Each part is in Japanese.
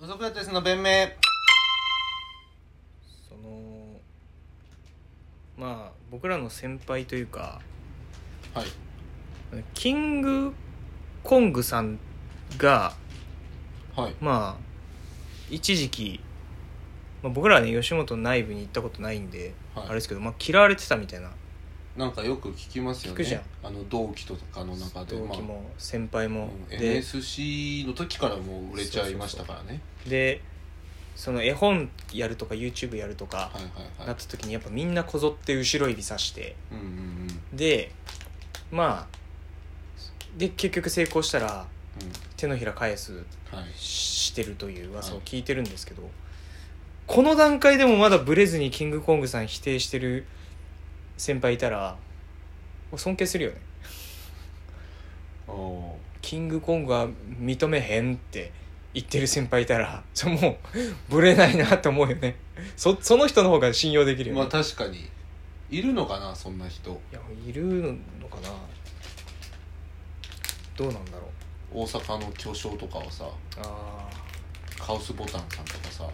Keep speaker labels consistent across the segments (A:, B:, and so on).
A: ソクラテスの弁明
B: そのまあ僕らの先輩というか
A: はい
B: キングコングさんが
A: はい
B: まあ一時期、まあ、僕らはね吉本内部に行ったことないんで、
A: はい
B: あれですけど、まあ、嫌われてたみたいな
A: なんかよく聞きますよね
B: 聞くじゃん
A: あの同期とかの中で
B: 同期
A: ま
B: も先輩
A: あう
B: も、
A: ん
B: で
A: NSC の時からもう売れちゃいましたからね
B: でその絵本やるとか YouTube やるとか、
A: はいはい
B: な
A: は
B: っ
A: い
B: た時にやっぱみんなこぞって後ろ指さして
A: うんうんうん
B: でまあで結局成功したら
A: う
B: 手のひら返す
A: んはい
B: してるという噂を聞いてるんですけど、この段階でもまだブレずにキングコングさん否定してる先輩いたらもう尊敬するよね
A: おお
B: キングコングは認めへんって言ってる先輩いたらそれもうブレないなと思うよね そその人の方が信用できる
A: ー
B: よね、
A: まあ確かにいるのかなそんな人
B: いやいるのかなどうなんだろう
A: 大阪の巨匠とかをさ
B: あ
A: カオスボタンさんとかさ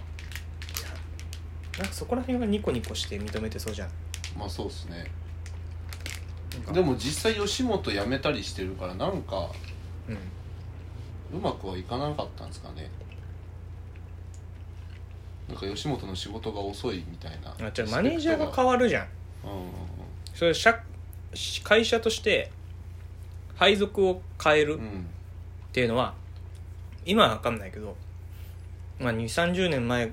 B: ーなんかそこら辺がニコニコして認めてそうじゃん
A: まあそうっすね
B: なんか
A: でも実際吉本辞めたりしてるからなんか
B: うん
A: うまくはいかなかったんですかねなんか吉本の仕事が遅いみたいな
B: あじゃあマネージャーが変わるじゃん
A: うんうんうん
B: それ社会社として配属を変える
A: う
B: っ
A: ん
B: ていうのは今は分かんないけど、まあ、2 3 0年前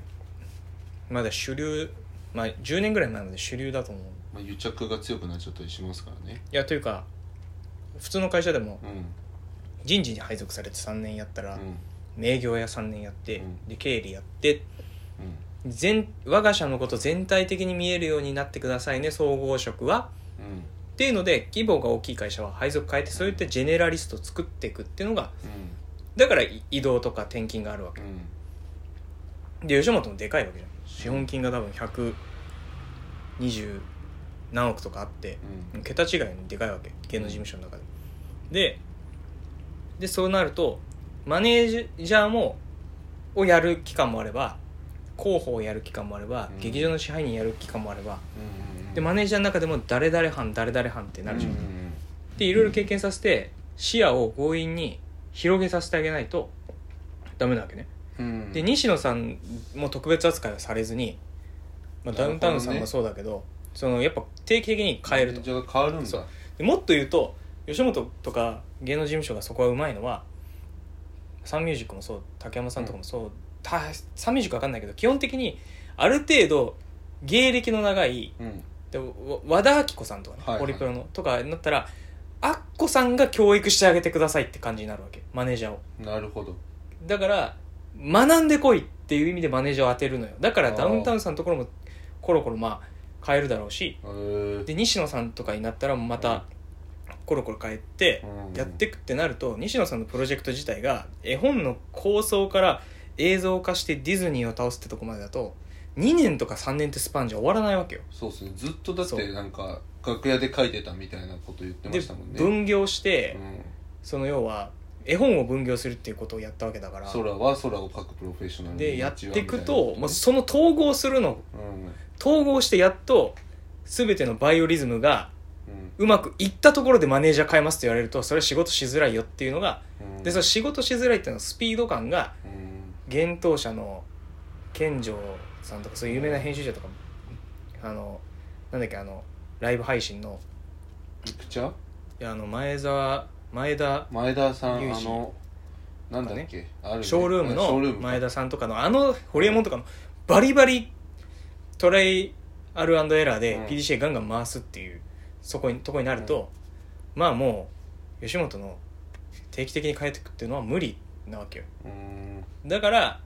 B: まだ主流、まあ、10年ぐらい前まで主流だと思う
A: まあ、癒着が強くなっちゃったりしますからね
B: いやというか普通の会社でも
A: うん
B: 人事に配属されて3年やったら、
A: うん
B: 名業や3年やって、
A: うん
B: で経理やって全我が社のこと全体的に見えるようになってくださいね総合職は
A: うんうん
B: っていうので規模が大きい会社は配属変えてそういったジェネラリストを作っていくっていうのがだからい移動とか転勤があるわ
A: うんうん
B: けで吉本もでかいわけじゃん資本金が多分120何億とかあって
A: うん
B: 桁違いにでかいわけ芸能事務所の中でででそうなるとマネージャーもをやる期間もあれば広報をやる期間もあれば、
A: うん
B: 劇場の支配人やる期間もあれば
A: うん
B: でマネージャーの中でも誰々班誰々班ってなるじゃん、
A: うんうん
B: でいろいろ経験させて視野を強引に広げさせてあげないとダメなわけね
A: うんうん
B: で西野さんも特別扱いはされずに、まあ、
A: なるほ
B: ダウ
A: どね
B: ンタウンさんもそうだけどそのやっぱ定期的に変える
A: マネー
B: と
A: ジャーが変わるんだ
B: そうでもっと言うと吉本とか芸能事務所がそこはうまいのはサンミュージックもそう竹山さんとかもそう、たサンミュージックわかんないけど基本的にある程度芸歴の長い
A: うん
B: でわ和田アキ子さんとかね、
A: はいはい
B: オリプロのとかになったらアッコさんが教育してあげてくださいって感じになるわけマネージャーを
A: なるほど
B: だから学んでこいっていう意味でマネージャーを当てるのよだから
A: あー
B: ダウンタウンさんのところもコロコロまあ変えるだろうし
A: へー
B: で西野さんとかになったらまたコロコロ変えて
A: うん
B: やってくってなると西野さんのプロジェクト自体が絵本の構想から映像化してディズニーを倒すってとこまでだと2年とか3年ってスパンじゃ終わらないわけよ
A: そうですねずっとだっ
B: そう
A: てなんか楽屋で書いてたみたいなこと言ってま
B: で
A: したもんね
B: 分業して、
A: うん
B: その要は絵本を分業するっていうことをやったわけだから
A: 空は空を描くプロフェッショナル
B: で
A: に
B: や
A: な
B: っ
A: ちは
B: ていくともう
A: み
B: その統合するの
A: たいなうん
B: 統合してやっと全てのバイオリズムが
A: うん
B: うまくいったところでマネージャー変えますって言われるとそれは仕事しづらいよっていうのが
A: うん
B: でその仕事しづらいっていうのはスピード感が
A: うん
B: 幻冬舎の健城さんとかそういう有名な編集者とかもあのなんだっけあのライブ配信の
A: ピクチャー
B: いやあの前澤前田
A: 前田さん
B: ユー
A: あ
B: ジ
A: のなんだっけあるね
B: ショールーム
A: ショールー
B: の
A: ム
B: 前田さんとかのあの堀エモ門とかもバリバリトライアルエラーで
A: うん
B: PDCA ガンガン回すっていうそこにとこになると、まあもう吉本の定期的に変えてくっていうのは無理なわけよ
A: うん
B: だから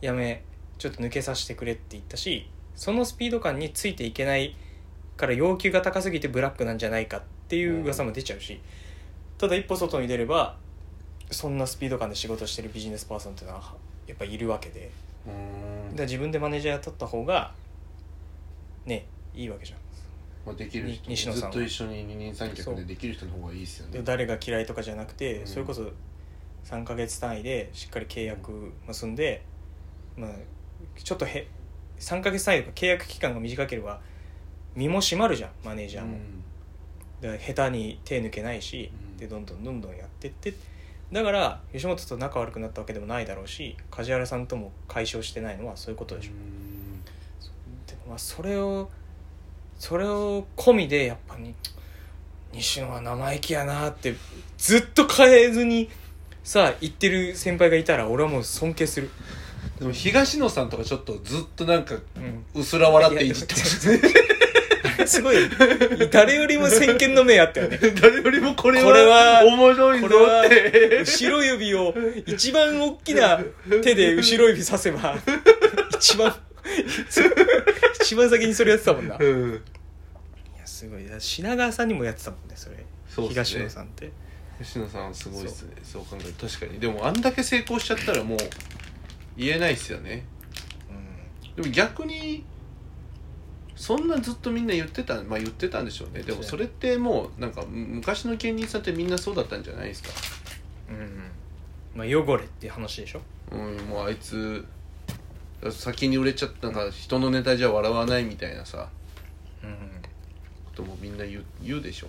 B: やめちょっと抜けさせてくれって言ったしそのスピード感についていけないから要求が高すぎてブラックなんじゃないかっていう噂も出ちゃうし、ただ一歩外に出ればそんなスピード感で仕事してるビジネスパーソンっていうのはやっぱいるわけで
A: うん
B: だから自分でマネージャー雇った方がねいいわけじゃん
A: まあできる人
B: に西野
A: ず
B: さん
A: っ
B: は
A: と一緒に二人三脚でできる人の方がいいですよ
B: で
A: ね
B: 誰が嫌いとかじゃなくて、
A: うん
B: それこそ3ヶ月単位でしっかり契約結んで、まあ、ちょっとへ3ヶ月単位とか契約期間が短ければ身も締まるじゃんマネージャーも、だから下手に手抜けないし、
A: うん
B: でどんどんどんどんやってってだから吉本と仲悪くなったわけでもないだろうし梶原さんとも解消してないのはそういうことでしょ、
A: うん
B: でもまあそれをそれを込みでやっぱに西野は生意気やなってずっと変えずにさ言ってる先輩がいたら俺はもう尊敬する、
A: でも東野さんとかちょっとずっとなんか
B: うん、
A: うすら笑って いじってましたね
B: すごい誰よりも先見の明あったよね
A: 誰よりもこれ
B: これ
A: は
B: は
A: 面白いぞ
B: これは
A: って
B: 後ろ指を一番大きな手で後ろ指させば一番一番先にそれやってたもんないうやすごいだ品川さんにもやってたもんねそれ
A: そうっすね
B: 東野さんって
A: ん吉野さんすごいですねそう考えると確かにでもあんだけ成功しちゃったらもう言えないっすよねでも逆にそんなずっとみんな言ってたまあ言ってたんでしょうねでもそれってもうなんかむ昔の芸人さんってみんなそうだったんじゃないですか
B: うん、うんまあ、汚れっていう話でしょ
A: うんもうあいつ先に売れちゃったなんか人のネタじゃ笑わないみたいなさ
B: うん
A: こともみんな言う言うでしょ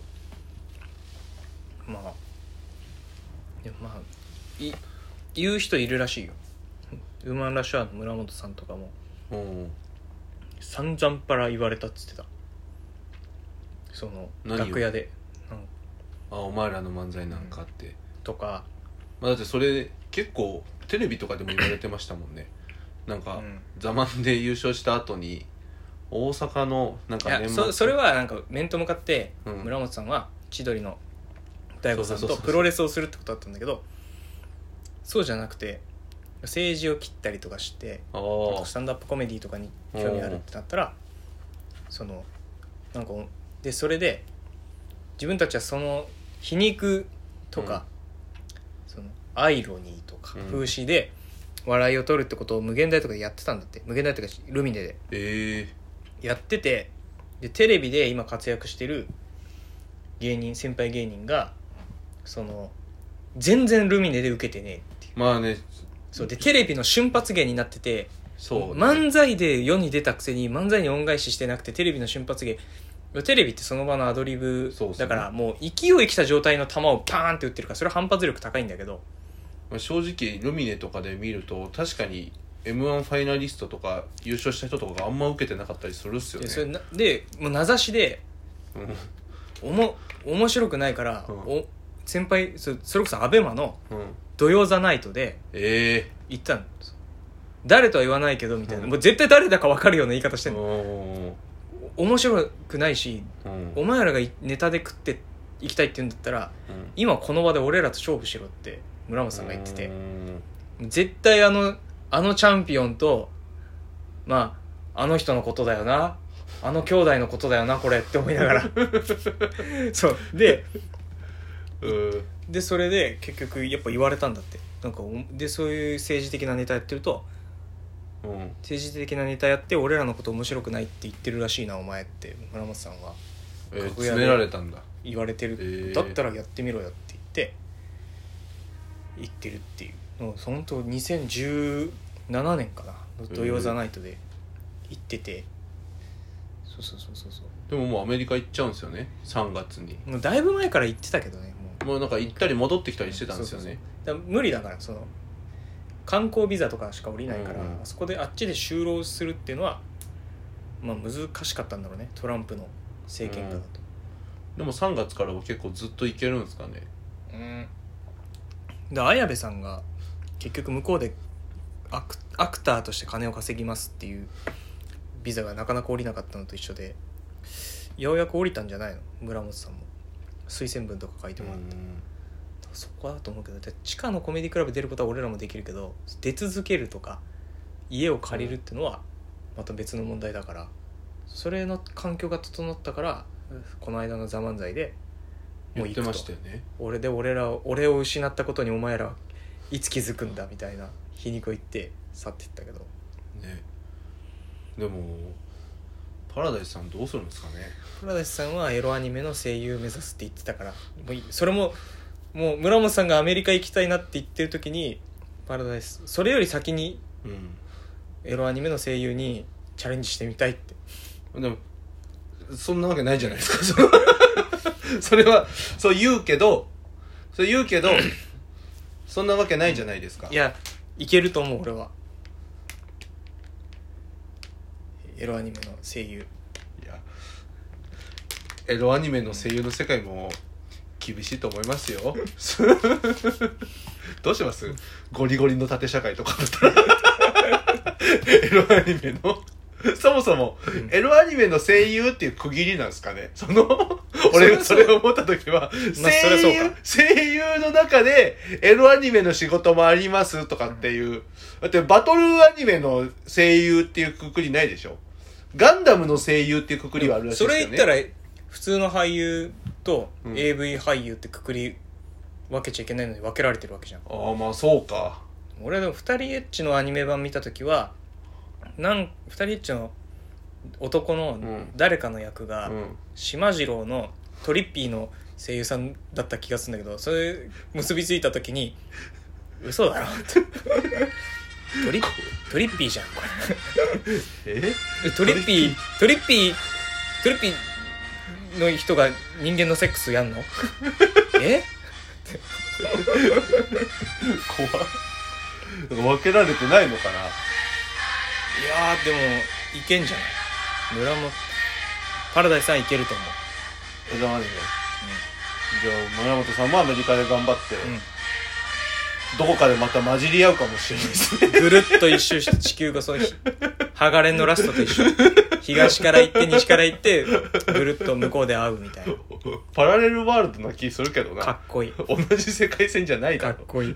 B: まあでもまあい言う人いるらしいよウーマンラッシュアワーの村本さんとかも
A: うん
B: 散々パラ言われたっつってたその
A: 何を
B: 楽屋でうん
A: あお前らの漫才なんかって、
B: とか
A: まあ、だってそれ結構テレビとかでも言われてましたもんねなんか
B: うん
A: 「ザマンで優勝した後に大阪のなん
B: い
A: か
B: や
A: 年
B: そ
A: 末
B: それはなんか面と向かって
A: うん
B: 村本さんは千鳥の大悟さん
A: そうそうそ
B: と
A: うそう
B: プロレスをするってことだったんだけどそうじゃなくて政治を切ったりとかして
A: あ
B: なん
A: あ
B: かスタンダップコメディとかに興味あるってなったらそのなんかでそれで自分たちはその皮肉とか、そのアイロニーとか
A: うん
B: 風刺で笑いを取るってことを無限大とかでやってたんだって無限大とかルミネで
A: ええ
B: やっててでテレビで今活躍してる芸人先輩芸人がその全然ルミネで受けてねえっていう
A: まあね
B: そうでテレビの瞬発芸になってて
A: そうね、
B: 漫才で世に出たくせに漫才に恩返ししてなくてテレビの瞬発芸テレビってその場のアドリブ
A: そうっすね
B: だからもう勢いきた状態の球をパーンって打ってるからそれは反発力高いんだけど
A: まあ、正直ルミネとかで見ると確かに m 1ファイナリストとか優勝した人とかがあんま受けてなかったりするっすよ
B: で
A: ね
B: それなでもう名指しで
A: う
B: おも面白くないから、
A: うん
B: お先輩そそれこそアベマの
A: ん、うん、
B: 「土曜ザナイト」で
A: え
B: 言ったの誰とは言わないけどみたいな、
A: うん
B: もう絶対誰だか分かるような言い方し
A: え
B: てんの
A: ー、
B: 面白くないし
A: うん
B: お前らがいネタで食っていきたいって言うんだったら
A: うん
B: 今この場で俺らと勝負しろって村本さんが言ってて
A: うん
B: 絶対あのあのチャンピオンとまああの人のことだよなあの兄弟のことだよなこれって思いながらそうで
A: うん
B: でそれで結局やっぱ言われたんだってなんかおでそういう政治的なネタやってると
A: うん
B: 政治的なネタやって俺らのこと面白くないって言ってるらしいなお前って村本さんは
A: えー、
B: 楽屋で
A: 詰められたんだ
B: 言われてる、
A: えー
B: だったらやってみろよって言って言ってるっていうのをそのと2017年かなの「土曜ザナイト」で行ってて、そうそうそうそうそう
A: でももうアメリカ行っちゃうんですよね3月に
B: もうだいぶ前から行ってたけどねもう
A: もうなんか行ったり戻ってきたりしてたんですよね
B: だから無理だからその観光ビザとかしか降りないから、
A: うんうん
B: あそこであっちで就労するっていうのはまあ難しかったんだろうねトランプの政権下だと。
A: でも3月からは結構ずっと行けるんですかね
B: うんで綾部さんが結局向こうでアクアクターとして金を稼ぎますっていうビザがなかなか降りなかったのと一緒でようやく降りたんじゃないの村本さんも推薦文とか書いてもらって、そこはだと思うけどで地下のコメディクラブ出ることは俺らもできるけど出続けるとか家を借りるってのはまた別の問題だから、それの環境が整ったからこの間の「ザ漫才で
A: 言
B: もう
A: っ
B: 行
A: て
B: くと
A: ましたよね
B: 俺で俺らを俺を失ったことにお前らはいつ気づくんだみたいな皮肉を言って去っていったけど
A: ねでもパラダイスさんどうするんですかね
B: 倉田さんはエロアニメの声優目指すって言ってたからもういそれももう村本さんがアメリカ行きたいなって言ってる時に「パラダイス」それより先にエロアニメの声優にチャレンジしてみたいって
A: うんでもそんなわけないじゃないですか それはそれはそう言うけどそう言うけどそんなわけないじゃないですか
B: いやいけると思う俺はエロアニメの声優
A: いやエロアニメの声優の世界も厳しいと思いますよ どうしますゴリゴリの縦社会とかだったら エロアニメのそもそも、
B: うん
A: エロアニメの声優っていう区切りなんですかねその 俺がそ
B: そり
A: れ
B: ゃそう
A: を思った時は、
B: まあそりゃそ
A: 声
B: う
A: 優
B: か
A: 声優の中でエロアニメの仕事もありますとかっていう、だってバトルアニメの声優っていうくくりないでしょガンダムの声優っていうくくりはあるらしい
B: そ
A: です
B: れ
A: よ
B: 言
A: ね
B: ったら普通の俳優と
A: うん
B: AV 俳優ってくくり分けちゃいけないのに分けられてるわけじゃん
A: ああまあそうか
B: 俺はでも二人エッチのアニメ版見た時はなん二人エッチの男の
A: ん
B: 誰かの役が、
A: うん
B: 島次郎のトリッピーの声優さんだった気がするんだけどそれ結びついた時に嘘だろ ってトリトリッピーじゃんこ
A: え
B: れトリッピートリッピートリッピーの人が人間のセックス やんのえ
A: 怖っなんか分けられてないのかない
B: やーでもいけんじゃない村もパラダイスさんいけると思
A: えじゃあ何じゃあ村本さんもアメリカで頑張って、
B: う、うん
A: どこかでまた混じり合うかもしれないです ね
B: ぐるっと一周して地球がそう ひ剥がれんのラストと一緒東から行って西から行ってぐるっと向こうで会うみたい
A: パラレルワールドな気するけど
B: なかっ
A: な
B: こいい
A: 同じ世界線じゃない
B: か
A: だ
B: っ
A: ろ
B: こいい